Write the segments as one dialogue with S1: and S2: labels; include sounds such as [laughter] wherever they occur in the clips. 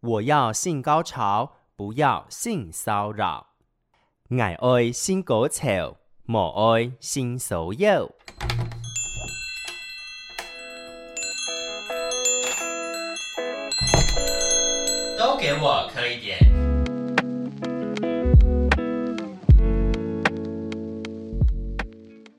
S1: 我要性高潮，不要性骚扰。爱爱性高潮，莫爱性骚扰。都给我磕一点。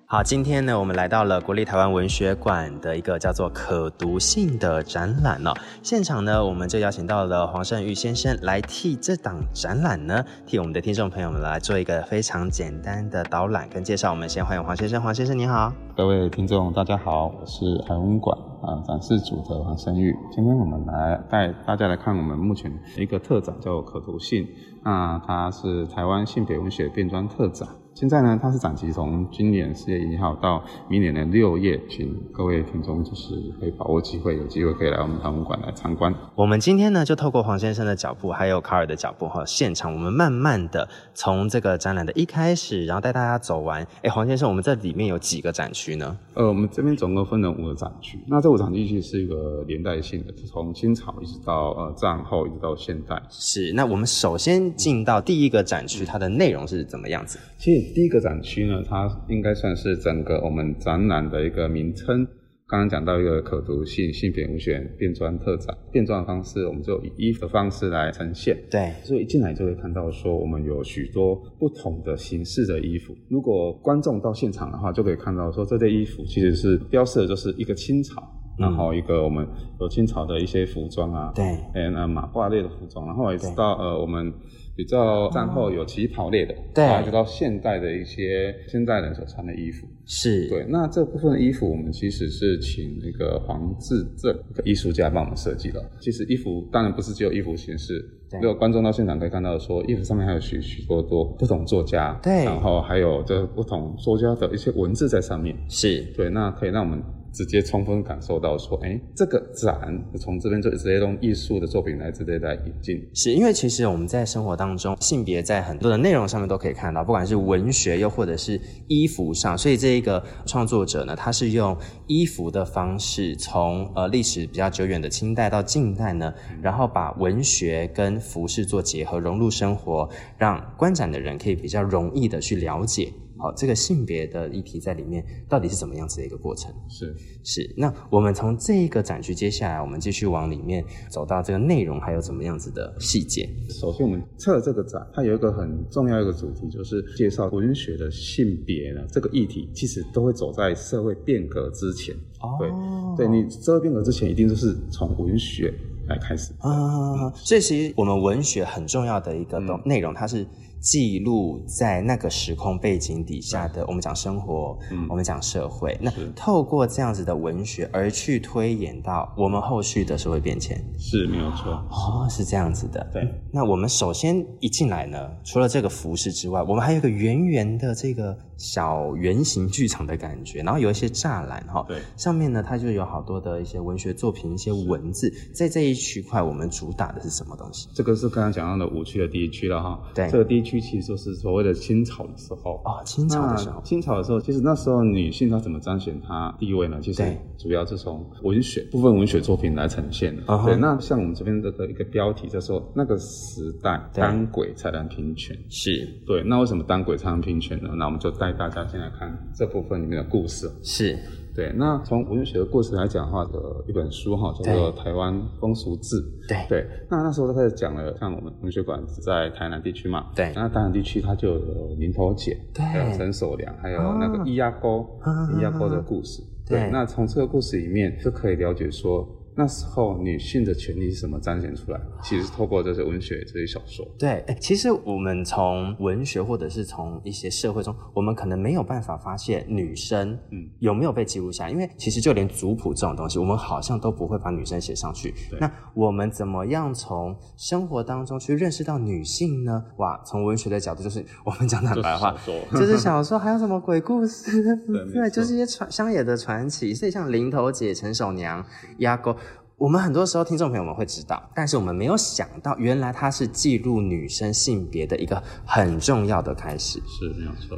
S1: 好，今天呢，我们来到了国立台湾文学馆的一个叫做“可读性”的展览哦。现场呢，我们就邀请到了黄胜玉先生来替这档展览呢，替我们的听众朋友们来做一个非常简单的导览跟介绍。我们先欢迎黄先生，黄先生你好。
S2: 各位听众，大家好，我是台文馆啊展示组的黄生玉。今天我们来带大家来看我们目前一个特展，叫可读性。那它是台湾性别文学变装特展。现在呢，它是展期从今年四月一号到明年的六月，请各位听众就是可以把握机会，有机会可以来我们台文馆来参观。
S1: 我们今天呢，就透过黄先生的脚步，还有卡尔的脚步哈，现场我们慢慢的从这个展览的一开始，然后带大家走完。哎，黄先生，我们这里面有几个展区呢？
S2: 呃，我们这边总共分成五个展区，那这五个展区其实是一个连带性的，是从清朝一直到呃战后一直到现代。
S1: 是，那我们首先进到第一个展区，它的内容是怎么样子？
S2: 其实第一个展区呢，它应该算是整个我们展览的一个名称。刚刚讲到一个可读性性别无选变装特展，变装的方式我们就以衣服的方式来呈现。
S1: 对，
S2: 所以一进来就会看到说，我们有许多不同的形式的衣服。如果观众到现场的话，就可以看到说，这件衣服其实是标示的就是一个清朝，
S1: 嗯
S2: 然后一个我们有清朝的一些服装啊，
S1: 对，
S2: 哎，那马褂类的服装，然后也
S1: 对
S2: 知道呃我们。比较战后有旗袍类的，
S1: 对
S2: 然后一直到现代的一些现代人所穿的衣服，
S1: 是，
S2: 对，那这部分的衣服我们其实是请那个黄志正一个艺术家帮我们设计的。其实衣服当然不是只有衣服形式
S1: 对，
S2: 如果观众到现场可以看到说，衣服上面还有许许多多不同作家，
S1: 对
S2: 然后还有这不同作家的一些文字在上面。
S1: 是，
S2: 对，那可以让我们直接充分感受到说，哎，这个展从这边就直接用艺术的作品来直接来引进。
S1: 是因为其实我们在生活当中，性别在很多的内容上面都可以看到，不管是文学又或者是衣服上，所以这一个创作者呢，他是用衣服的方式，从呃历史比较久远的清代到近代呢，然后把文学跟服饰做结合，融入生活，让观展的人可以比较容易的去了解。好，这个性别的议题在里面到底是怎么样子的一个过程？
S2: 是，
S1: 是，那我们从这个展区，接下来我们继续往里面走到这个内容，还有怎么样子的细节？
S2: 首先，我们测这个展，它有一个很重要一个主题，就是介绍文学的性别呢这个议题，其实都会走在社会变革之前。对，对你社会变革之前，一定就是从文学来开始。
S1: 啊，所以其实我们文学很重要的一个东内容，它是记录在那个时空背景底下的。我们讲生活，我们讲社会，那透过这样子的文学而去推演到我们后续的社会变迁。
S2: 是没有错。
S1: 哦，是这样子的。
S2: 对，
S1: 那我们首先一进来呢，除了这个服饰之外，我们还有一个圆圆的这个小圆形剧场的感觉，然后有一些栅栏哈，
S2: 对，
S1: 上面呢它就有好多的一些文学作品、一些文字，在这一区块我们主打的是什么东西？
S2: 这个是刚刚讲到的五区的第一区了哈。
S1: 对
S2: 这个第一区其实就是所谓的清朝的时候。
S1: 哦，清朝的时候
S2: 那，清朝的时候，其实那时候女性她怎么彰显她地位呢？其实
S1: 对
S2: 主要是从文学部分文学作品来呈现的。
S1: 啊哈
S2: 对，那像我们这边这个一个标题叫做“那个时代
S1: 对
S2: 单轨才能平权
S1: 是”。
S2: 对，那为什么单轨才能平权呢？那我们就带大家先来看这部分里面的故事。
S1: 是
S2: 对，那从文学的故事来讲的话，呃的一本书哈，叫做《台湾风俗志》。
S1: 对
S2: 对，那那时候他开始讲了，像我们文学馆在台南地区嘛，
S1: 对
S2: 那台南地区它就有林头姐，
S1: 对
S2: 还有陈守良，还有那
S1: 啊
S2: 个伊压沟
S1: 啊，
S2: 伊压沟的故事。
S1: 对
S2: 那从这个故事里面就可以了解说，那时候女性的权利是怎么彰显出来的，其实是透过这些文学这些小说。
S1: 对，哎其实我们从文学或者是从一些社会中，我们可能没有办法发现女生
S2: 嗯
S1: 有没有被记录下来，因为其实就连族谱这种东西，我们好像都不会把女生写上去。
S2: 对
S1: 那我们怎么样从生活当中去认识到女性呢？哇，从文学的角度，就是我们讲坦白话，
S2: 就是小说
S1: 就是小说，还有什么鬼故事？
S2: 对没错
S1: 就是一些传乡野的传奇。所以像林头姐、陈守娘、鸭沟，我们很多时候听众朋友们会知道，但是我们没有想到，原来它是记录女生性别的一个很重要的开始。
S2: 是没有错。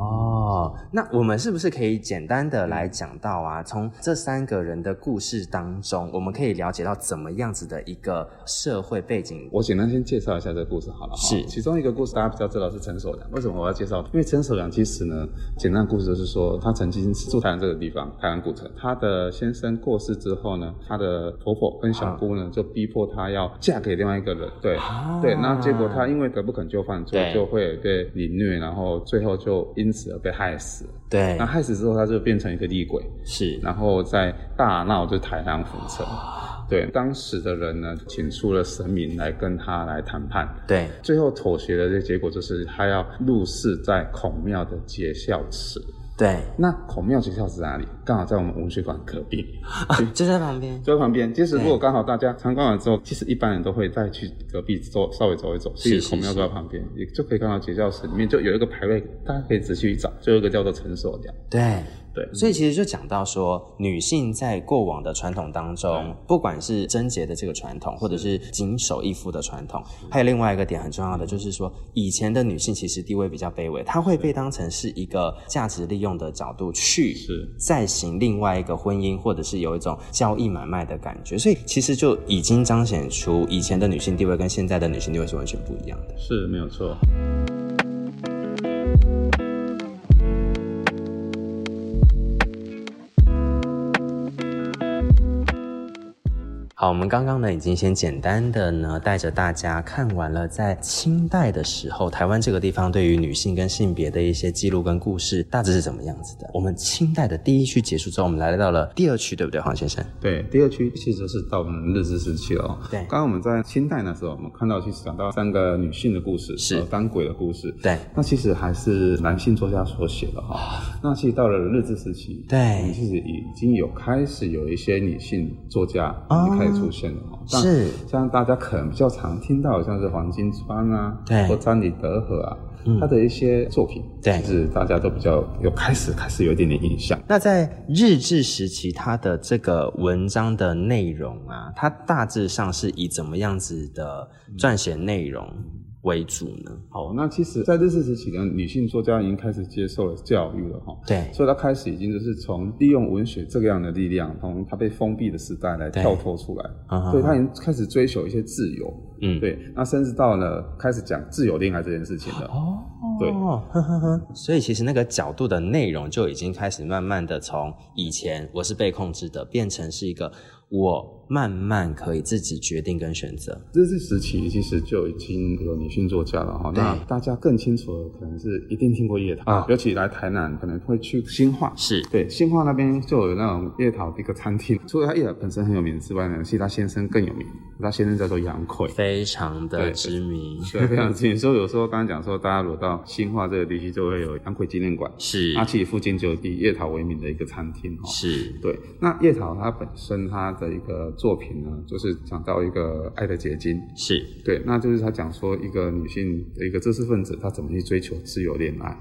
S1: 哦，那我们是不是可以简单的来讲到啊？从这三个人的故事当中，我们可以了解到怎么样子的一个社会背景？
S2: 我简单先介绍一下这个故事好了哈。
S1: 是
S2: 其中一个故事大家比较知道是陈守良。为什么我要介绍？因为陈守良其实呢，简单的故事就是说，他曾经是住台湾这个地方，台湾古城。他的先生过世之后呢，他的婆婆跟小姑呢，就逼迫他要嫁给另外一个人。对，
S1: 啊
S2: 对，那结果他因为得不肯就范，就
S1: 对
S2: 就会被凌虐，然后最后就因此而被害死。
S1: 对
S2: 那害死之后，他就变成一个厉鬼。
S1: 是
S2: 然后在大闹就是台南府城。对，当时的人呢，请出了神明来跟他来谈判，
S1: 对
S2: 最后妥协的这个结果就是他要入室在孔庙的结孝祠。 [laughs]
S1: 对，
S2: 那孔庙结孝祠在哪里？刚好在我们文学馆隔壁，
S1: 就在旁边。
S2: 就在旁边。其实如果刚好大家参观完之后，其实一般人都会再去隔壁走稍微走一走，
S1: 是
S2: 其
S1: 是
S2: 实孔庙
S1: 是
S2: 就在旁边，也就可以看到结孝祠里面就有一个牌位，大家可以仔细去找，就有一个叫做陈守良。
S1: 对，
S2: 对，
S1: 所以其实就讲到说，女性在过往的传统当中
S2: 对，
S1: 不管是贞洁的这个传统，或者是谨守一夫的传统，
S2: 嗯
S1: 还有另外一个点很重要的，就是说以前的女性其实地位比较卑微，她会被当成是一个价值利用的角度去
S2: 是
S1: 再行另外一个婚姻，或者是有一种交易买卖的感觉，所以其实就已经彰显出以前的女性地位跟现在的女性地位是完全不一样的。
S2: 是没有错。
S1: 好，我们刚刚呢已经先简单的呢带着大家看完了在清代的时候，台湾这个地方对于女性跟性别的一些记录跟故事，大致是怎么样子的。我们清代的第一区结束之后，我们来到了第二区，对不对，黄先生？
S2: 对，第二区其实是到我们日治时期了、哦。
S1: 对
S2: 刚刚我们在清代那时候，我们看到其实讲到三个女性的故事，
S1: 是
S2: 呃当鬼的故事。
S1: 对，啊
S2: 那其实还是男性作家所写的哈、那其实到了日治时期，
S1: 对
S2: 我们其实已经有开始有一些女性作家
S1: 哦
S2: 已经开始出现了、哦。像
S1: 是
S2: 像大家可能比较常听到的，像是黄金川啊，
S1: 对
S2: 或詹里德和啊，
S1: 嗯
S2: 他的一些作品，
S1: 对
S2: 其实大家都比较有开始开始有一点点印象。
S1: 那在日治时期，它的这个文章的内容啊，它大致上是以怎么样子的撰写内容为主呢？
S2: 好，哦那其实，在日治时期呢，女性作家已经开始接受了教育了哈，
S1: 对
S2: 所以她开始已经就是从利用文学这个样的力量，从她被封闭的时代来
S1: 对
S2: 跳脱出来，
S1: 啊
S2: 所以她已经开始追求一些自由，
S1: 嗯，
S2: 对，那甚至到了开始讲自由恋爱这件事情了，
S1: 哦，
S2: 对
S1: 呵呵呵。所以其实那个角度的内容就已经开始慢慢的从以前我是被控制的，变成是一个我慢慢可以自己决定跟选择。
S2: 日治时期其实就已经有女性作家了哈。
S1: 对
S2: 那大家更清楚的可能是一定听过叶桃
S1: 啊
S2: 尤其来台南可能会去新化。
S1: 是
S2: 对，新化那边就有那种叶桃的一个餐厅，除了他叶桃本身很有名之外呢，其实他先生更有名，他先生叫做杨奎。
S1: 非常的知名，
S2: 对，非常近。所以有时候刚刚讲说，大家如果到新化这个地区，就会有杨奎纪念馆，
S1: 是
S2: 阿奇附近就有以叶桃为名的一个餐厅哈。
S1: 是，
S2: 对，那叶桃她本身她的一个作品呢，就是讲到一个爱的结晶，
S1: 是
S2: 对，那就是他讲说一个女性的一个知识分子，她怎么去追求自由恋爱。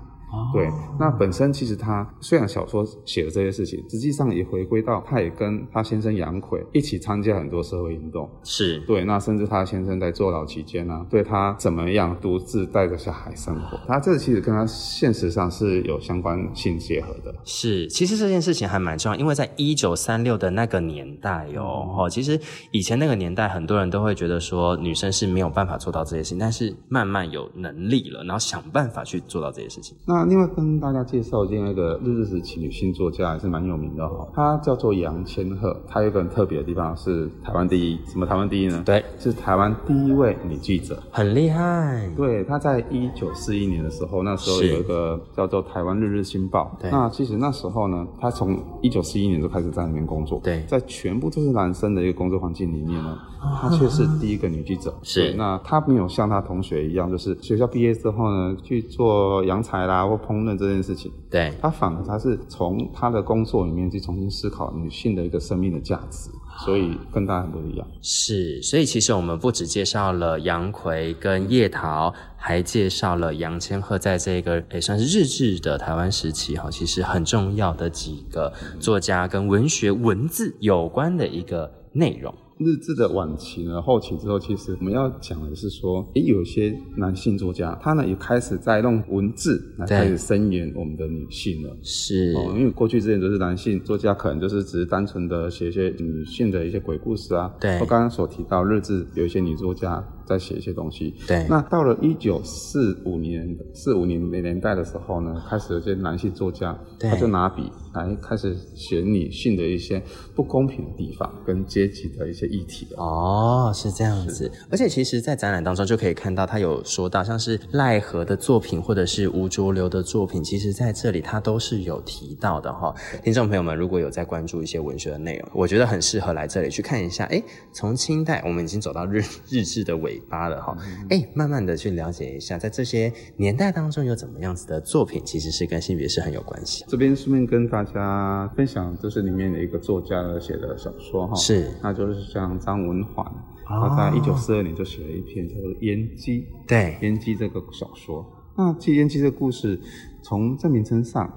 S2: 对，那本身其实她虽然小说写了这些事情，实际上也回归到她也跟她先生杨奎一起参加很多社会运动。
S1: 是
S2: 对，那甚至她先生在坐牢期间呢、对她怎么样独自带着小孩生活，她这其实跟她现实上是有相关性结合的。
S1: 是，其实这件事情还蛮重要，因为在一九三六的那个年代哦，哦，其实以前那个年代，很多人都会觉得说女生是没有办法做到这些事情，但是慢慢有能力了，然后想办法去做到这些事情。
S2: 那另外跟大家介绍另外一个日治时期女性作家，还是蛮有名的哈、她叫做杨千鹤，她有一个很特别的地方是台湾第一，什么台湾第一呢？，
S1: 对，
S2: 是台湾第一位女记者。
S1: 很厉害。
S2: 对，她在一九四一年的时候，那时候
S1: 是
S2: 有一个叫做《台湾日日新报》。
S1: 对
S2: 那其实那时候呢，她从一九四一年就开始在那边工作。
S1: 对
S2: 在全部都是男生的一个工作环境里面呢，她却是第一个女记者。
S1: 啊是
S2: 对那她没有像她同学一样，就是学校毕业之后呢，去做洋裁啦或烹饪这件事情。
S1: 对，
S2: 她反而她是从她的工作里面去重新思考女性的一个生命的价值，所以跟大家很不一样。
S1: 是，所以其实我们不只介绍了杨奎跟叶桃，还介绍了杨千鹤在这个也算是日治的台湾时期哈，其实很重要的几个作家跟文学文字有关的一个内容。
S2: 日治的晚期呢，后期之后，其实我们要讲的是说，也有些男性作家，他呢也开始在用文字来
S1: 对
S2: 开始伸延我们的女性了。
S1: 是，
S2: 哦，因为过去之前都是男性作家，可能就是只是单纯的写一些女性的一些鬼故事啊。
S1: 对
S2: 我刚刚所提到日志有一些女作家在写一些东西。
S1: 对，
S2: 那到了一九四五年、四五年年代的时候呢，开始有些男性作家，
S1: 对
S2: 他就拿笔来开始写女性的一些不公平的地方跟阶级的一些议题啊。
S1: 哦，是这样子。而且其实，在展览当中就可以看到，他有说到，像是奈何的作品或者是吴浊流的作品，其实在这里他都是有提到的哈。听众朋友们，如果有在关注一些文学的内容，我觉得很适合来这里去看一下。哎，从清代我们已经走到日日治的尾巴了
S2: 嗯
S1: 哈。哎，慢慢的去了解一下，在这些年代当中有怎么样子的作品，其实是跟性别是很有关系。
S2: 这边顺便跟大家分享，就是里面的一个作家的写的小说哈，
S1: 是
S2: 那就是像张文环，
S1: 哦
S2: 他在一九四二年就写了一篇叫做《烟机》。
S1: 对
S2: 《烟机》这个小说。那其实《烟机》这个故事，从这名称上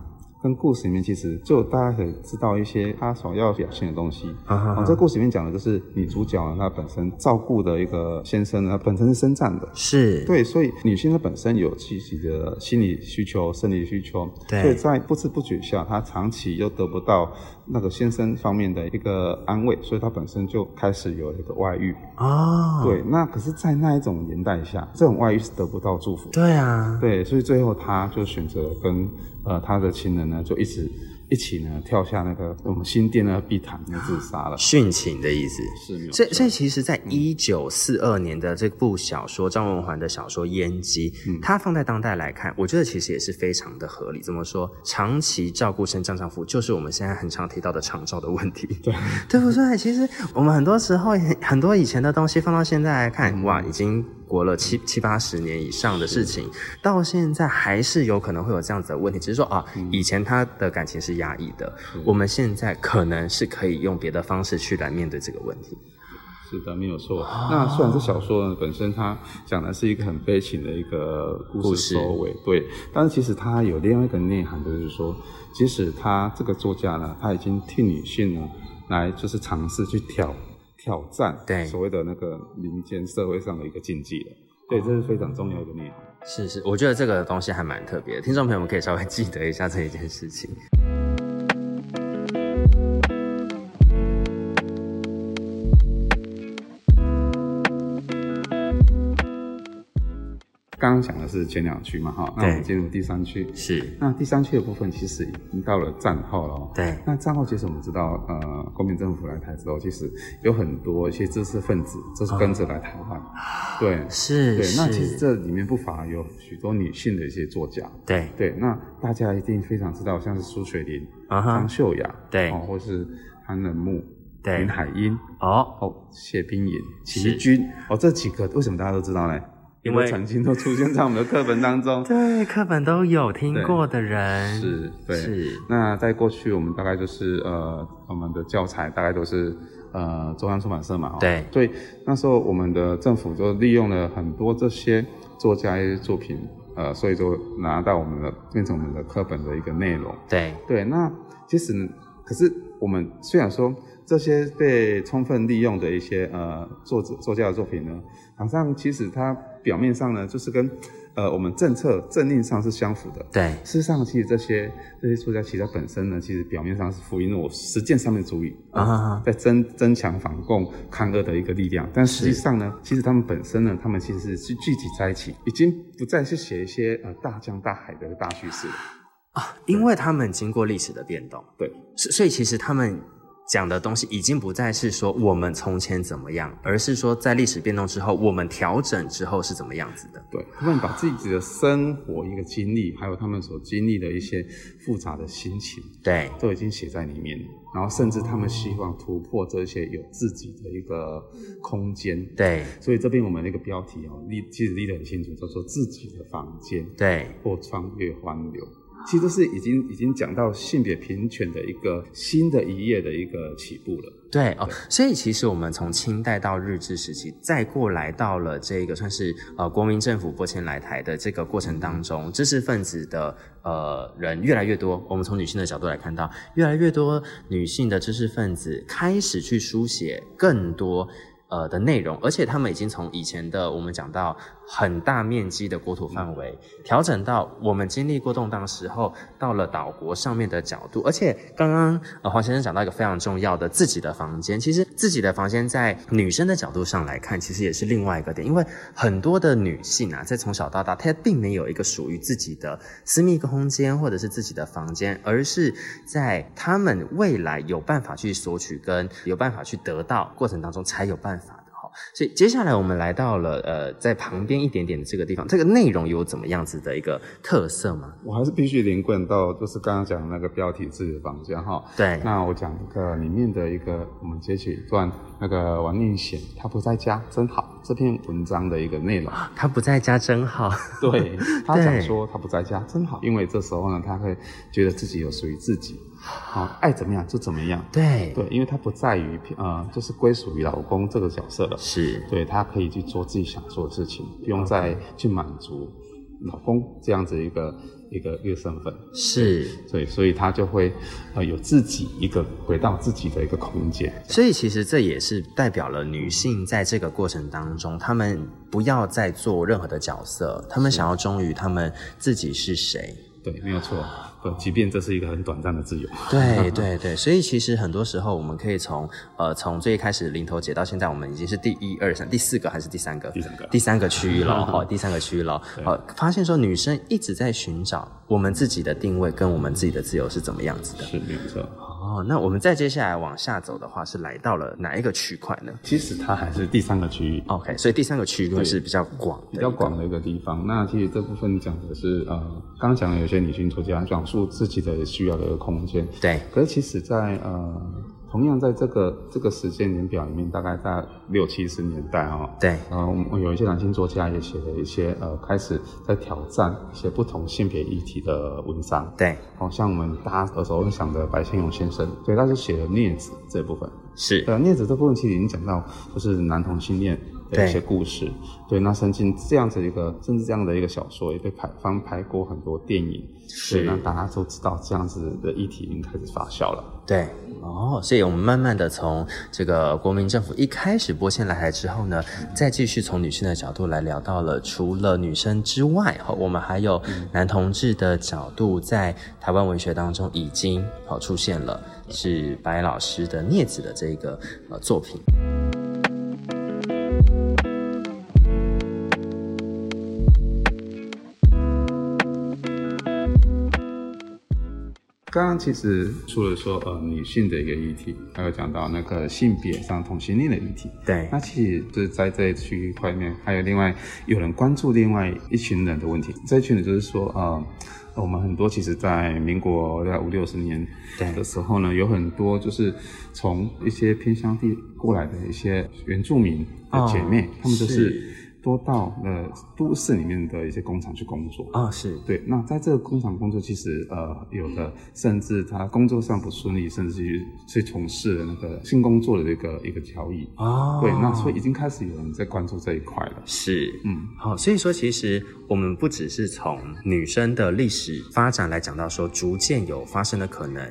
S2: 跟故事里面，其实就大家可以知道一些他所要表现的东西。
S1: 啊哈
S2: 啊、
S1: 哈
S2: 这故事里面讲的就是女主角啊呢，她本身照顾的一个先生呢，他本身是生障的。
S1: 是，
S2: 对，所以女性她本身有自己的心理需求、生理需求，
S1: 对
S2: 所以在不知不觉下，她长期又得不到那个先生方面的一个安慰，所以她本身就开始有了一个外遇。
S1: 哦，
S2: 对，那可是，在那一种年代下，这种外遇是得不到祝福的。
S1: 对啊，
S2: 对，所以最后他就选择跟呃他的情人呢，就一直一起呢跳下那个我们新店那个碧潭，就自杀了。
S1: 殉情的意思。
S2: 是没有
S1: 所以，
S2: 错
S1: 所以其实，在一九四二年的这部小说，张文环的小说《烟机》，它放在当代来看，我觉得其实也是非常的合理。怎么说？长期照顾生障丈夫，就是我们现在很常提到的长照的问题，对 [laughs] 对不对？其实我们很多时候，很多以前的东西放到现在来看，哇，已经过了七七八十年以上的事情，到现在还是有可能会有这样子的问题，只是说啊，以前他的感情是压抑的，我们现在可能是可以用别的方式去来面对这个问题。
S2: 是的，没有错。那虽然这小说呢本身它讲的是一个很悲情的一个
S1: 故
S2: 故
S1: 事
S2: 事收尾，对，但是其实它有另外一个内涵的，就是说，即使他这个作家呢，他已经替女性呢来就是尝试去挑挑战
S1: 对
S2: 所谓的那个民间社会上的一个禁忌了。对，这是非常重要的内涵。
S1: 是是，我觉得这个东西还蛮特别的，听众朋友们可以稍微记得一下这一件事情。
S2: 刚刚讲的是前两区嘛，哈，那我们进入第三区。
S1: 是，
S2: 那第三区的部分其实已经到了战后了哦。
S1: 对，
S2: 那战后其实我们知道，呃，国民政府来台之后，其实有很多一些知识分子就是跟着来台湾。对，
S1: 哦是，
S2: 对。那
S1: 是
S2: 其实这里面不乏有许多女性的一些作家。
S1: 对
S2: 对，那大家一定非常知道，像是苏雪林、
S1: 啊哈
S2: 张，秀雅，
S1: 对
S2: 哦，或是潘仁木、
S1: 对
S2: 林海音、
S1: 哦，
S2: 哦，谢冰莹、
S1: 是
S2: 齐军，哦，这几个为什么大家都知道呢？
S1: 因为
S2: 都曾经都出现在我们的课本当中。
S1: 对，课本都有听过的人，
S2: [laughs] 是，对。
S1: 是
S2: 那在过去，我们大概就是呃，我们的教材大概都是呃，中央出版社嘛、哦。
S1: 对
S2: 所以那时候我们的政府就利用了很多这些作家一些作品，呃，所以就拿到我们的变成我们的课本的一个内容。
S1: 对
S2: 对，那其实呢，可是我们虽然说这些被充分利用的一些呃作者作家的作品呢，好像其实它表面上呢，就是跟呃我们政策政令上是相符的。
S1: 对
S2: 事实上，其实这些这些作家其实它本身呢，其实表面上是福音我实践上面主义
S1: 啊哈哈，
S2: 在增增强反共抗恶的一个力量。但实际上呢，其实他们本身呢，他们其实是聚集在一起，已经不再是写一些呃大江大海的大叙事了。
S1: 啊，因为他们经过历史的变动，
S2: 对，
S1: 所所以其实他们讲的东西已经不再是说我们从前怎么样，而是说在历史变动之后，我们调整之后是怎么样子的。
S2: 对他们把自己的生活一个经历，还有他们所经历的一些复杂的心情，
S1: 对，
S2: 都已经写在里面了。然后，甚至他们希望突破这些有自己的一个空间。，
S1: 对，
S2: 所以这边我们那个标题哦，立其实立得很清楚，叫做“自己的房间
S1: 对，
S2: 或穿越欢流”。其实这是已经已经讲到性别平权的一个新的一页的一个起步了。
S1: 对哦，所以其实我们从清代到日治时期，再过来到了这个算是呃国民政府拨迁来台的这个过程当中，知识分子的呃人越来越多。我们从女性的角度来看到，越来越多女性的知识分子开始去书写更多。呃的内容，而且他们已经从以前的我们讲到很大面积的国土范围，调整到我们经历过动荡时候，到了岛国上面的角度。而且刚刚呃黄先生讲到一个非常重要的自己的房间，其实自己的房间在女生的角度上来看，其实也是另外一个点，因为很多的女性啊，在从小到大，她并没有一个属于自己的私密空间或者是自己的房间，而是在她们未来有办法去索取跟有办法去得到过程当中才有办。办法的哈。所以接下来我们来到了呃，在旁边一点点的这个地方，这个内容有怎么样子的一个特色吗？
S2: 我还是必须连贯到就是刚刚讲的那个标题自己的房间哈。
S1: 对
S2: 那我讲一个里面的一个，我们截取一段那个王运贤他不在家真好这篇文章的一个内容。 [laughs]
S1: 他啊不在家真好，
S2: 对他讲说他不在家真好，因为这时候呢，他会觉得自己有属于自己，好、爱怎么样就怎么样。
S1: [laughs] 对，
S2: 对，因为他不在于呃，就是归属于老公这个角色了。
S1: 是，
S2: 对他可以去做自己想做的事情，不用再去满足老公这样子一个一个一个身份，
S1: 是。
S2: 对，所以他就会呃有自己一个回到自己的一个空间。
S1: 所以其实这也是代表了女性在这个过程当中，她们不要再做任何的角色，她们想要忠于她们自己是谁。
S2: 对，没有错。对，即便这是一个很短暂的自由。 [laughs]
S1: 对对对，所以其实很多时候我们可以从呃从最开始零头姐到现在，我们已经是第一二三第四个还是第三个？
S2: 第三个
S1: 第三个区域
S2: [laughs]
S1: 了，好，第三个区域了，好，发现说女生一直在寻找我们自己的定位跟我们自己的自由是怎么样子的。
S2: 是没有错，
S1: 哦，那我们再接下来往下走的话，是来到了哪一个区块呢
S2: 其实它还是第三个区域，
S1: ？OK，所以第三个区域是比较广的，
S2: 比较广。的一个地方。那其实这部分讲的是呃，刚刚讲的有些女性作家讲述自己的需要的一个空间，
S1: 对，
S2: 可是其实在，呃，同样在这个这个时间年表里面，大概在六七十年代哈、哦，
S1: 对
S2: 呃，我们有一些男性作家也写了一些呃，开始在挑战一些不同性别议题的文章，
S1: 对，
S2: 好、像我们大家耳熟能详的白先勇先生，对，他就写了《镊子》这部分，
S1: 是
S2: 对，镊子这部分其实已经讲到，就是男同性恋的一些故事。对，那甚至这样子一个，甚至这样的一个小说也被拍翻拍过很多电影，
S1: 是
S2: 对，那大家都知道这样子的议题已经开始发酵了。
S1: 对，哦，所以我们慢慢的从这个国民政府一开始拨迁来台之后呢，再继续从女性的角度来聊到了，除了女生之外，哈，我们还有
S2: 嗯
S1: 男同志的角度在台湾文学当中已经好出现了，是白老师的《镊子》的这个呃作品。
S2: 刚刚其实除了说呃女性的一个议题，还有讲到那个性别上同性恋的议题。
S1: 对
S2: 那其实就是在这一区块面，还有另外有人关注另外一群人的问题。这一群人就是说，呃，我们很多其实，在民国在五六十年
S1: 对
S2: 的时候呢，有很多就是从一些偏乡地过来的一些原住民的姐妹，
S1: 哦
S2: 她们就是是多到了都市里面的一些工厂去工作。
S1: 哦，是
S2: 对，那在这个工厂工作，其实呃，有的甚至他工作上不顺利，甚至去去从事了那个性工作的一个一个交易。
S1: 哦，
S2: 对，那所以已经开始有人在关注这一块了。
S1: 是，
S2: 嗯，
S1: 好、所以说其实我们不只是从女生的历史发展来讲到说逐渐有发生的可能，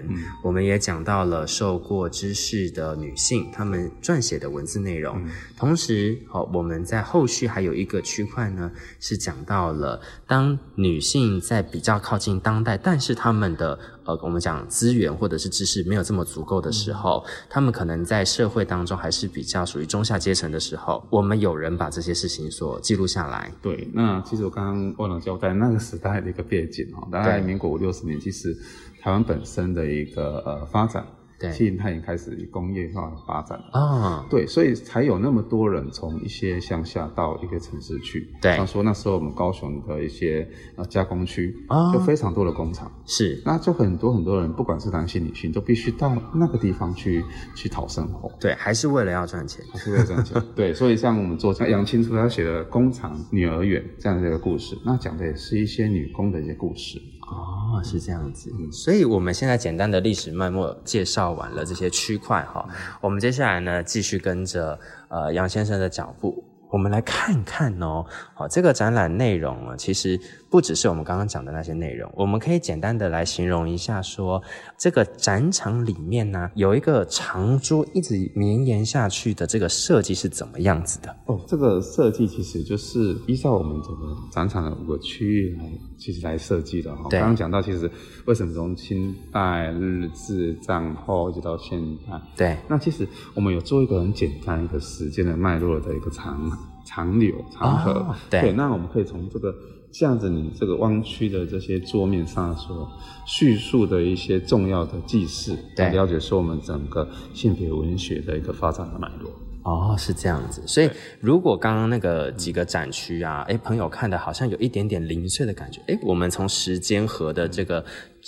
S1: 我们也讲到了受过知识的女性她们撰写的文字内容，同时，好、我们在后续还有一个区块呢是讲到了当女性在比较靠近当代，但是她们的呃，我们讲资源或者是知识没有这么足够的时候，她们可能在社会当中还是比较属于中下阶层的时候，我们有人把这些事情所记录下来。
S2: 对，那其实我刚刚忘了交代那个时代的一个背景哦，大概民国五六十年，其实台湾本身的一个呃发展，
S1: 对
S2: 其实它已经开始工业化的发展了。
S1: 哦，
S2: 对，所以才有那么多人从一些乡下到一个城市去。
S1: 对
S2: 他说那时候我们高雄的一些呃加工区，
S1: 哦
S2: 有非常多的工厂，
S1: 是，
S2: 那就很多很多人，不管是男性女性，都必须到那个地方去去讨生活。
S1: 对，还是为了要赚钱。
S2: 还是为了 [laughs] 赚钱，对，所以像我们作家杨青初，他写的《工厂女儿园》这样的一个故事，那讲的也是一些女工的一些故事。
S1: 哦，是这样子。所以我们现在简单的历史脉络介绍完了这些区块哈，我们接下来呢继续跟着呃杨先生的脚步。我们来看看哦，好，这个展览内容呢，其实不只是我们刚刚讲的那些内容，我们可以简单的来形容一下说，这个展场里面呢，有一个长桌一直绵延下去的这个设计是怎么样子的？
S2: 哦，这个设计其实就是依照我们整个展场的五个区域来，其实来设计的哈、
S1: 对
S2: 刚刚讲到，其实为什么从清代、日治、战后一直到现代，
S1: 对，
S2: 那其实我们有做一个很简单一个时间的脉络的一个长长流长河、
S1: 哦对
S2: 那我们可以从这个这样子你这个弯曲的这些桌面上所叙述的一些重要的记事，
S1: 对
S2: 来了解说我们整个性别文学的一个发展的脉络。
S1: 哦，是这样子。所以如果刚刚那个几个展区啊，哎，朋友看的好像有一点点零碎的感觉，哎，我们从时间和的这个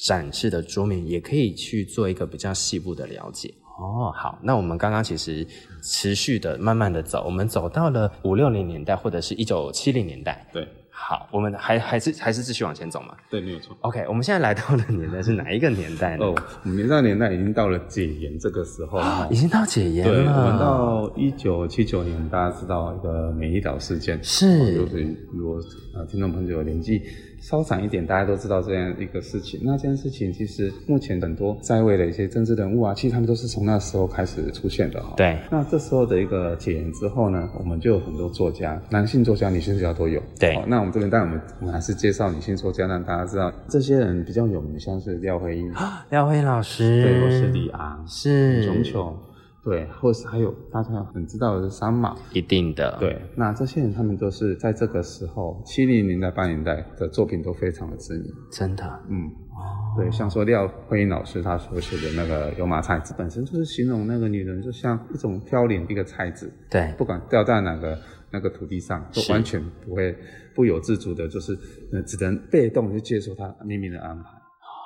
S1: 展示的桌面，也可以去做一个比较细部的了解。哦，好，那我们刚刚其实持续的、慢慢的走，我们走到了五六零年代或者是一九七零年代。
S2: 对
S1: 好，我们还还是还是继续往前走嘛。
S2: 对，没有错。
S1: OK，我们现在来到的年代是哪一个年代呢？
S2: 哦，我们那年代已经到了解严这个时候了。
S1: 啊已经到解严
S2: 对，我
S1: 了，
S2: 们到一九七九年，大家知道一个美丽岛事件，
S1: 是
S2: 就是如果呃听众朋友年纪稍长一点，大家都知道这样一个事情。那这件事情其实目前很多在位的一些政治人物啊，其实他们都是从那时候开始出现的哈、
S1: 对
S2: 那这时候的一个解严之后呢，我们就有很多作家，男性作家、女性作家都有。
S1: 对
S2: 哦那我们这边当然我们我们还是介绍女性作家，让大家知道这些人比较有名，像是廖慧英，
S1: 廖辉老师，
S2: 对，或是李昂，
S1: 是
S2: 琼琼。对，或是还有大家很知道的是三毛，
S1: 一定的，
S2: 对，那这些人他们都是在这个时候七零年代、八零年代的作品都非常的知名。
S1: 真的，
S2: 嗯，
S1: 哦
S2: 对，像说廖慧英老师他所写的那个《油麻菜籽》，本身就是形容那个女人就像一种飘零一个菜籽，
S1: 对，
S2: 不管掉在哪个那个土地上，都
S1: 是
S2: 完全不会不由自主的，就是呃只能被动地去接受他命运的安排。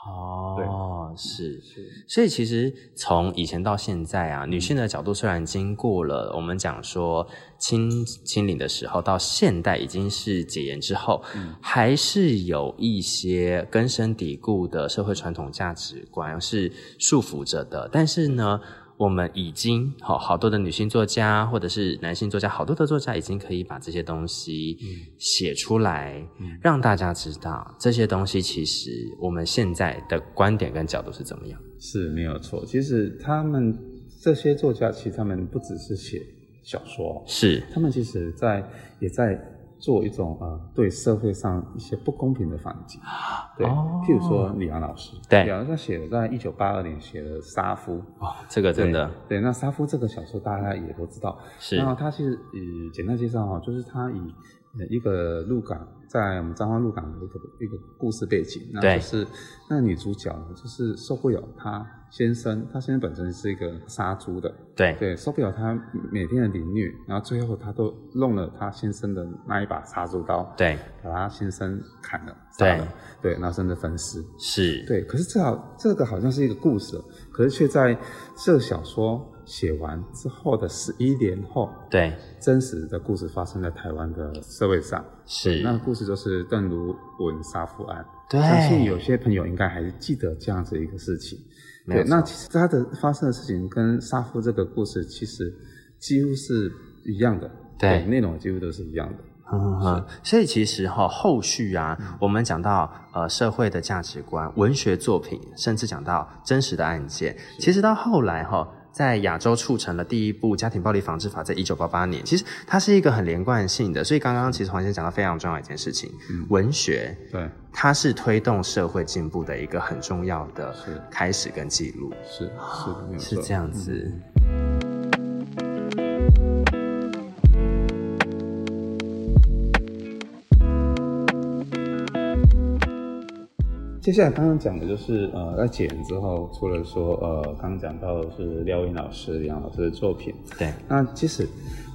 S1: 哦，是，所以其实从以前到现在啊，女性的角度虽然经过了我们讲说清清零的时候，到现代已经是解严之后，还是有一些根深蒂固的社会传统价值观是束缚着的，但是呢。我们已经好好多的女性作家，或者是男性作家，好多的作家已经可以把这些东西写出来，让大家知道这些东西其实我们现在的观点跟角度是怎么样。
S2: 是没有错。其实他们这些作家，其实他们不只是写小说，
S1: 是
S2: 他们其实在也在做一种呃对社会上一些不公平的反击。对，
S1: 哦
S2: 譬如说李昂老师，
S1: 对
S2: 李昂他写的在一九八二年写的《杀夫》，
S1: 哦，这个真的
S2: 对。对，嗯那《杀夫》这个小说大家也都知道，
S1: 是
S2: 然后他其实以简单介绍哈，就是他以呃一个鹿港，在我们彰化鹿港的一个一个故事背景，那
S1: 对
S2: 就是那女主角呢，就是受不了她先生，她先生本身是一个杀猪的，
S1: 对
S2: 对，受不了她每天的凌虐，然后最后她都弄了她先生的那一把杀猪刀，，
S1: 对
S2: 把她先生砍了，杀了，对，然后甚至分尸，
S1: 是，
S2: 对，可是这好，这个好像是一个故事，可是却在这小说写完之后的十一年后，
S1: 对
S2: 真实的故事发生在台湾的社会上。
S1: 是，
S2: 那个故事就是邓如文杀夫案，
S1: 对
S2: 相信有些朋友应该还是记得这样子一个事情。
S1: 没有
S2: 对，那其实它的发生的事情跟杀夫这个故事其实几乎是一样的，
S1: 对
S2: 内容几乎都是一样的。
S1: 嗯哼，所以其实哈、后续啊，
S2: 嗯
S1: 我们讲到呃社会的价值观、文学作品，甚至讲到真实的案件，其实到后来哈、在亚洲促成了第一部家庭暴力防治法，在一九八八年，其实它是一个很连贯性的。所以刚刚其实黄先生讲到非常重要一件事情，
S2: 嗯
S1: 文学
S2: 对，
S1: 它是推动社会进步的一个很重要的
S2: 是
S1: 开始跟记录，
S2: 是是的，没
S1: 哦
S2: 有
S1: 是
S2: 错嗯
S1: 这样子。
S2: 接下来刚刚讲的就是呃，在解严之后，除了说呃，刚刚讲到的是廖英老师、杨老师的作品，
S1: 对，
S2: 那其实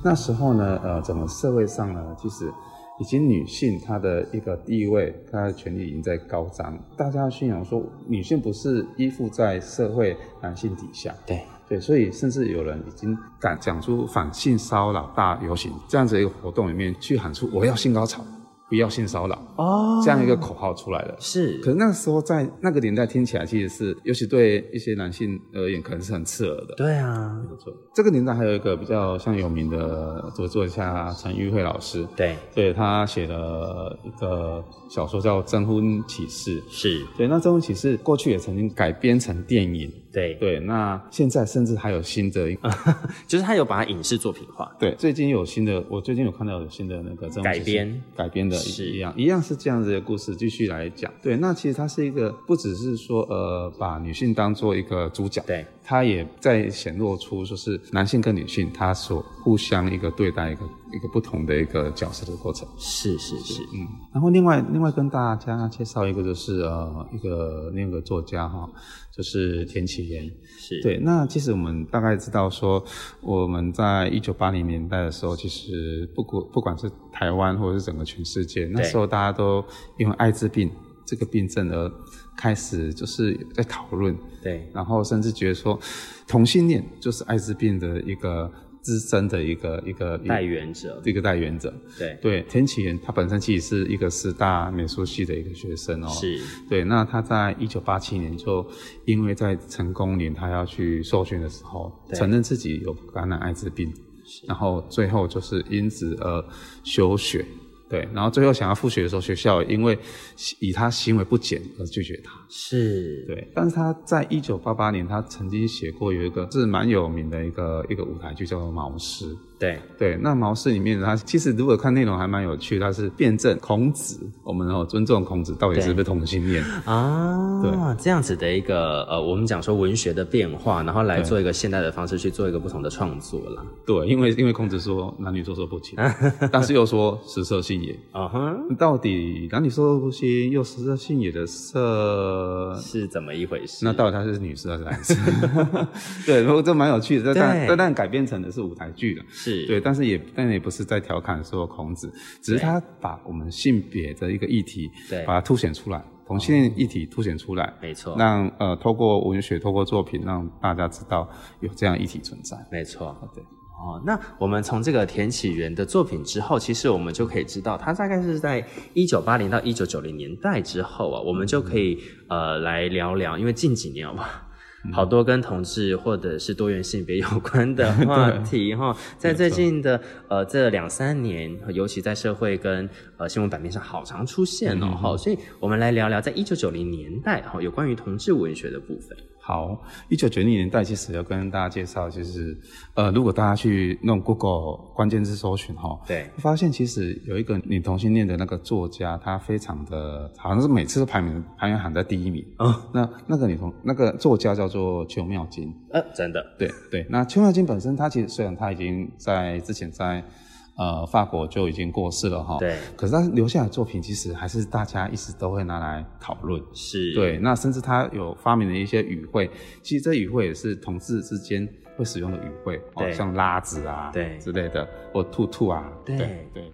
S2: 那时候呢，呃，整个社会上呢，其实已经女性她的一个地位、她的权利已经在高涨，大家宣扬说女性不是依附在社会男性底下，
S1: 对，
S2: 对，所以甚至有人已经敢讲出反性骚扰大游行这样子一个活动里面去喊出我要性高潮。不要性骚扰
S1: 哦，
S2: 这样一个口号出来了。
S1: 是，
S2: 可是那个时候在那个年代听起来其实是，尤其对一些男性而言，可能是很刺耳的。
S1: 对啊，
S2: 没错，这个年代还有一个比较像有名的作作家陈玉慧老师，
S1: 对，
S2: 对他写了一个小说叫《征婚启事》。
S1: 是，
S2: 对，那《征婚启事》过去也曾经改编成电影，
S1: 对，
S2: 对，那现在甚至还有新的一，啊
S1: 就是他有把它影视作品化，
S2: 对，最近有新的，我最近有看到有新的那个征婚
S1: 改
S2: 启事
S1: 编
S2: 改编的
S1: 是
S2: 一样，一样是这样子的故事，继续来讲。对，那其实它是一个不只是说呃把女性当做一个主角，
S1: 对，
S2: 它也在显露出就是男性跟女性他所互相一个对待一个一个不同的一个角色的过程。
S1: 是是是，
S2: 嗯，然后另外另外跟大家介绍一个就是呃一个另一个作家哈，就是田启言。
S1: 是，
S2: 对，那其实我们大概知道说，我们在一九八零年代的时候，其实不管不管是台湾或者是整个全世界，那时候大家都因为艾滋病这个病症而开始就是在讨论，
S1: 对，
S2: 然后甚至觉得说，同性恋就是艾滋病的一个滋生的一个一个
S1: 代源者，
S2: 一个代源者。
S1: 对，
S2: 对，田启源他本身其实是一个师大美术系的一个学生哦，
S1: 是，
S2: 对，那他在一九八七年就因为在成功岭他要去受训的时候，
S1: 对
S2: 承认自己有感染艾滋病，然后最后就是因此而休学。对，然后最后想要复学的时候，学校也因为以他行为不检而拒绝他。
S1: 是，
S2: 对，但是他在一九八八年，他曾经写过有一个是蛮有名的一个一个舞台剧，叫做《毛诗》。
S1: 对，
S2: 对，那毛氏里面它其实如果看内容还蛮有趣，它是辩证孔子，我们哦尊重孔子到底是不是同性
S1: [laughs]
S2: 恋，
S1: 啊，
S2: 对
S1: 这样子的一个呃，我们讲说文学的变化，然后来
S2: 对
S1: 做一个现代的方式去做一个不同的创作啦。
S2: 对，因为因为孔子说男女授受不
S1: [laughs]
S2: 亲，但是又说食色性也，
S1: 啊哈，
S2: 到底男女授受不亲又食色性也的色，
S1: 是怎么一回事？
S2: 那到底他是女士还是男士？ [laughs] 对，不过这蛮有趣的，这但
S1: 对
S2: 这但改编成的是舞台剧了。
S1: 是
S2: 对，但是也但也不是在调侃说孔子，只
S1: 对
S2: 是他把我们性别的一个议题，
S1: 对哦
S2: 把它凸显出来，同性恋议题凸显出来，
S1: 没错，
S2: 让呃透过文学、透过作品，让大家知道有这样议题存在。
S1: 没错。
S2: 对，
S1: 哦，那我们从这个田启源的作品之后，其实我们就可以知道，他大概是在一九八零到一九九零年代之后啊，我们就可以呃来聊聊，因为近几年吧。 [laughs] 好多跟同志或者是多元性别有关的 [laughs] 话题哈，在最近的呃这两三年，尤其在社会跟呃新闻版面上，好常出现哦哈，所以我们来聊聊在一九九零年代哈有关于同志文学的部分。
S2: 好，一九九零年代其实要跟大家介绍，就是呃，如果大家去弄 Google 关键字搜寻哈，
S1: 对，
S2: 发现其实有一个女同性恋的那个作家，她非常的，好像是每次都排名排名行在第一名。
S1: 哦，
S2: 那那个女同那个作家叫做邱妙金，
S1: 呃，真的
S2: 对对，那邱妙金本身，她其实虽然她已经在之前在呃法国就已经过世了哈，
S1: 对，
S2: 可是她留下的作品其实还是大家一直都会拿来讨论。
S1: 是，
S2: 对，那甚至她有发明了一些语汇，其实这语汇也是同志之间会使用的语汇，
S1: 对
S2: 哦，像拉子啊，
S1: 对
S2: 之类的，或兔兔啊，
S1: 对
S2: 对。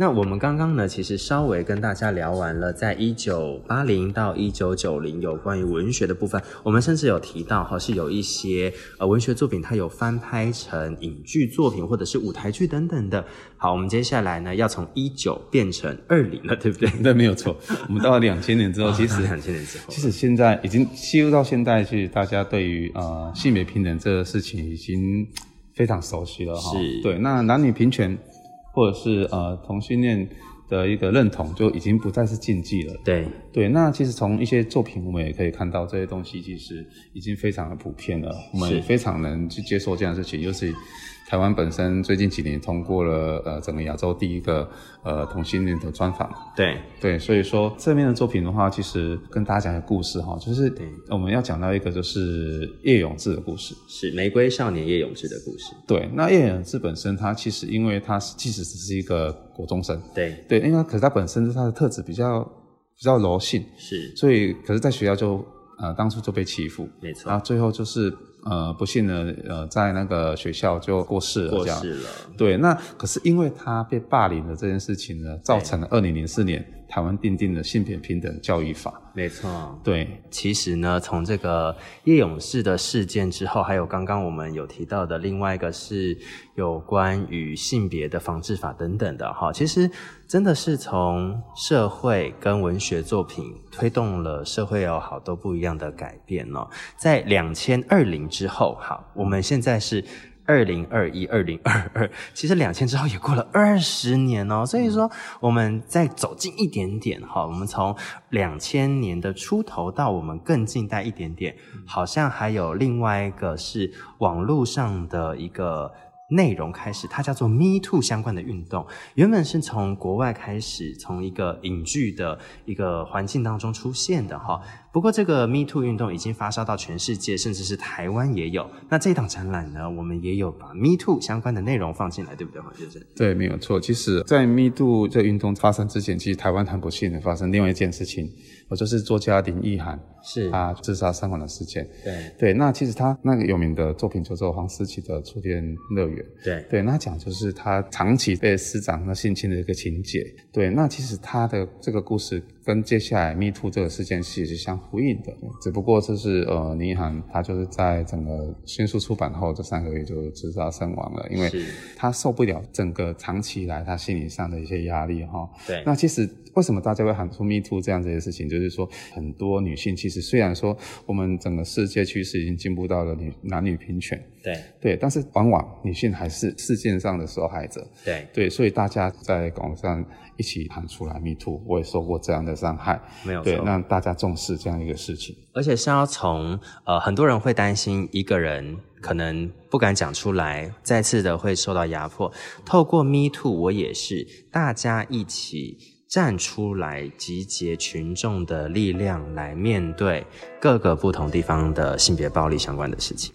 S1: 那我们刚刚呢，其实稍微跟大家聊完了，在一九八零到一九九零有关于文学的部分，我们甚至有提到哈，是有一些呃文学作品，它有翻拍成影剧作品或者是舞台剧等等的。好，我们接下来呢，要从一九变成二零了， [laughs] 对不
S2: [laughs]
S1: 对？
S2: 那没有错，我们到了两千年之后，其
S1: [laughs]
S2: 实
S1: 两千年之后，
S2: 其实现在已经进入到现代去，大家对于呃性别平等这个事情已经非常熟悉了哈。
S1: 是
S2: 对，那男女平权或者是呃同性恋的一个认同，就已经不再是禁忌了。
S1: 对
S2: 对，那其实从一些作品我们也可以看到，这些东西其实已经非常的普遍了，我们
S1: 是
S2: 也非常能去接受这样的事情。尤其台湾本身最近几年通过了呃整个亚洲第一个呃同性恋的专访，
S1: 对
S2: 对，所以说这面的作品的话，其实跟大家讲个故事哈，就是
S1: 对
S2: 我们要讲到一个就是叶永志的故事。
S1: 是《玫瑰少年叶永志》的故事，
S2: 对，那叶永志本身他其实因为他是即使只是一个国中生，
S1: 对
S2: 对，因为他可是他本身他的特质比较比较柔性，
S1: 是
S2: 所以可是在学校就呃当初就被欺负，
S1: 没
S2: 然
S1: 错，
S2: 后最后就是呃不幸的呃在那个学校就过世了
S1: 过
S2: 这样。
S1: 世了，
S2: 对，那可是因为他被霸凌的这件事情呢，造成了二零零四年台湾订定的性别平等教育法。
S1: 没错。
S2: 对，
S1: 其实呢，从这个叶勇士的事件之后，还有刚刚我们有提到的另外一个是有关于性别的防治法等等的哈，其实真的是从社会跟文学作品推动了社会有好多不一样的改变哦。在两千二零之后，好，我们现在是。二零二一、二零二二，其实两千之后也过了二十年哦，所以说我们再走近一点点哈，我们从两千年的出头到我们更近代一点点，好像还有另外一个是网络上的一个内容开始，它叫做 Me Too 相关的运动，原本是从国外开始，从一个影剧的一个环境当中出现的哈。不过这个 Me Too 运动已经发烧到全世界，甚至是台湾也有。那这档展览呢，我们也有把 Me Too 相关的内容放进来，对不对，黄先生？
S2: 对，没有错。其实，在 Me Too 这运动发生之前，其实台湾很不幸的发生另外一件事情，我就是作家林奕涵
S1: 是
S2: 他自杀身亡的事件。
S1: 啊对
S2: 对，那其实他那个有名的作品叫做黄思琪的《初恋乐园》。
S1: 对
S2: 对，那讲就是他长期被师长那性侵的一个情节。对，那其实他的这个故事跟接下来 Me Too 这个事件其实是相呼应的，只不过就是呃，林奕涵他就是在整个迅速出版后这三个月就自杀身亡了，因为
S1: 是
S2: 他受不了整个长期以来他心理上的一些压力哈、
S1: 对
S2: 那其实为什么大家会喊出 “me too” 这样子的事情，就是说很多女性其实虽然说我们整个世界趋势已经进步到了女男女平权，
S1: 对
S2: 对，但是往往女性还是事件上的受害者。
S1: 对，
S2: 对，所以大家在网上一起喊出来 “me too”，我也受过这样的伤害。
S1: 没有错。
S2: 对，让大家重视这样一个事情。
S1: 而且是要从呃，很多人会担心一个人可能不敢讲出来，再次的会受到压迫。透过 Me Too，我也是大家一起站出来，集结群众的力量来面对各个不同地方的性别暴力相关的事情。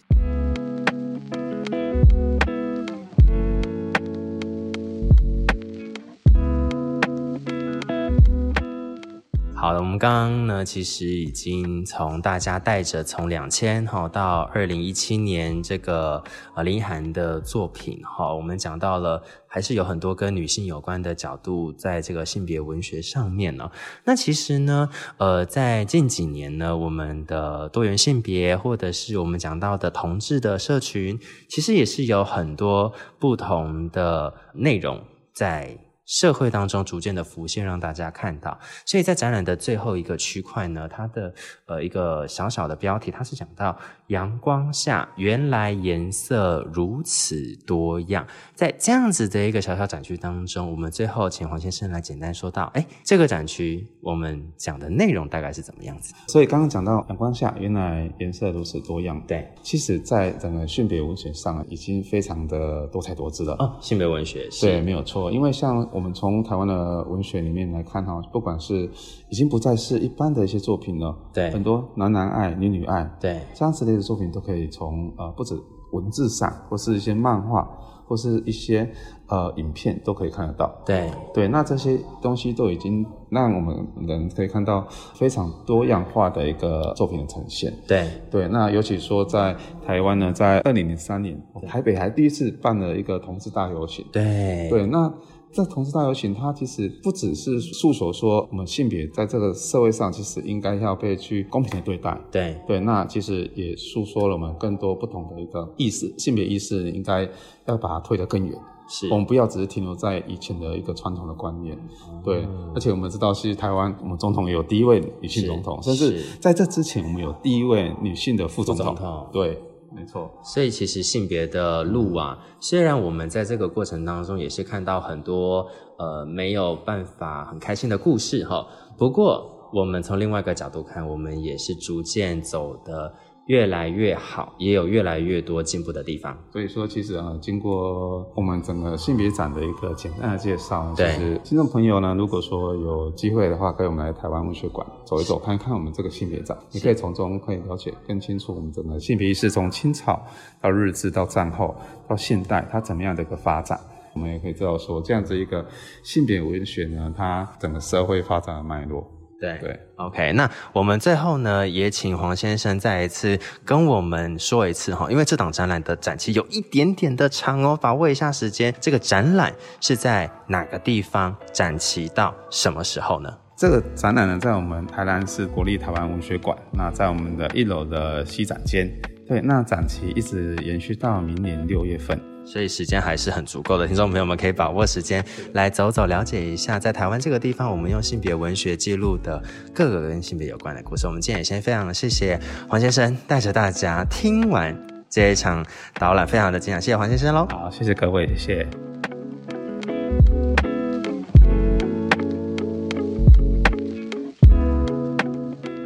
S1: 好了，我们刚刚呢，其实已经从大家带着从两千哈到二零一七年这个呃林涵的作品哈、我们讲到了还是有很多跟女性有关的角度在这个性别文学上面呢、那其实呢，呃，在近几年呢，我们的多元性别或者是我们讲到的同志的社群，其实也是有很多不同的内容在。社会当中逐渐的浮现，让大家看到。所以在展览的最后一个区块呢，它的呃一个小小的标题，它是讲到阳光下，原来颜色如此多样。在这样子的一个小小展区当中，我们最后请黄先生来简单说到，哎，这个展区我们讲的内容大概是怎么样子？
S2: 所以刚刚讲到阳光下，原来颜色如此多样。
S1: 对，
S2: 其实，在整个性别文学上啊已经非常的多彩多姿了。
S1: 哦，性别文学
S2: 对，，没有错。因为像我们从台湾的文学里面来看哈，不管是已经不再是一般的一些作品了，
S1: 对
S2: 很多男男爱、女女爱，
S1: 对，
S2: 这样子类的作品都可以从呃不止文字上，或是一些漫画，或是一些呃影片都可以看得到。
S1: 对，
S2: 对，那这些东西都已经让我们人可以看到非常多样化的一个作品的呈现。
S1: 对，
S2: 对，那尤其说在台湾呢，在二零零三年，台北还第一次办了一个同志大游行。
S1: 对，
S2: 对，那这同志大游行，它其实不只是诉求说我们性别在这个社会上其实应该要被去公平的对待。
S1: 对，
S2: 对，那其实也诉说了我们更多不同的一个意识，性别意识应该要把它推得更远。
S1: 是
S2: 我，们不要只是停留在以前的一个传统的观念，
S1: 嗯
S2: 对。而且我们知道，其实台湾我们总统也有第一位女性总统，
S1: 是
S2: 甚至
S1: 是
S2: 在这之前，我们有第一位女性的副总
S1: 副
S2: 统。
S1: 总统
S2: 对，没错，
S1: 所以其实性别的路啊，虽然我们在这个过程当中也是看到很多呃没有办法很开心的故事哈，不过我们从另外一个角度看，我们也是逐渐走的越来越好，也有越来越多进步的地方。
S2: 所以说，其实啊，呃经过我们整个性别展的一个简单的介绍，其
S1: 对
S2: 实听众朋友呢，如果说有机会的话，可以我们来台湾文学馆走一走，看看我们这个性别展，你可以从中可以了解更清楚我们整个性别意识从清朝到日治到战后到现代它怎么样的一个发展。我们也可以知道说，这样子一个性别文学呢，它整个社会发展的脉络。
S1: 对
S2: 对。
S1: OK，那我们最后呢，也请黄先生再一次跟我们说一次哈，因为这档展览的展期有一点点的长哦，把握一下时间。这个展览是在哪个地方？展期到什么时候呢？
S2: 这个展览呢，在我们台南市国立台湾文学馆，那在我们的一楼的西展间。对，那展期一直延续到明年六月份。
S1: 所以时间还是很足够的，听众朋友们可以把握时间来走走，了解一下在台湾这个地方，我们用性别文学记录的各个跟性别有关的故事。我们今天也先非常谢谢黄先生带着大家听完这一场导览，非常的精彩，谢谢黄先生喽。
S2: 好，谢谢各位，谢谢。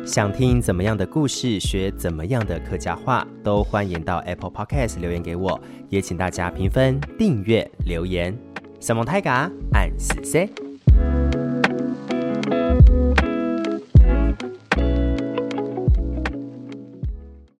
S1: 想听怎么样的故事，学怎么样的客家话，都欢迎到 Apple Podcast 留言给我，也请大家评分、订阅、留言。什么泰嘎，按死 C。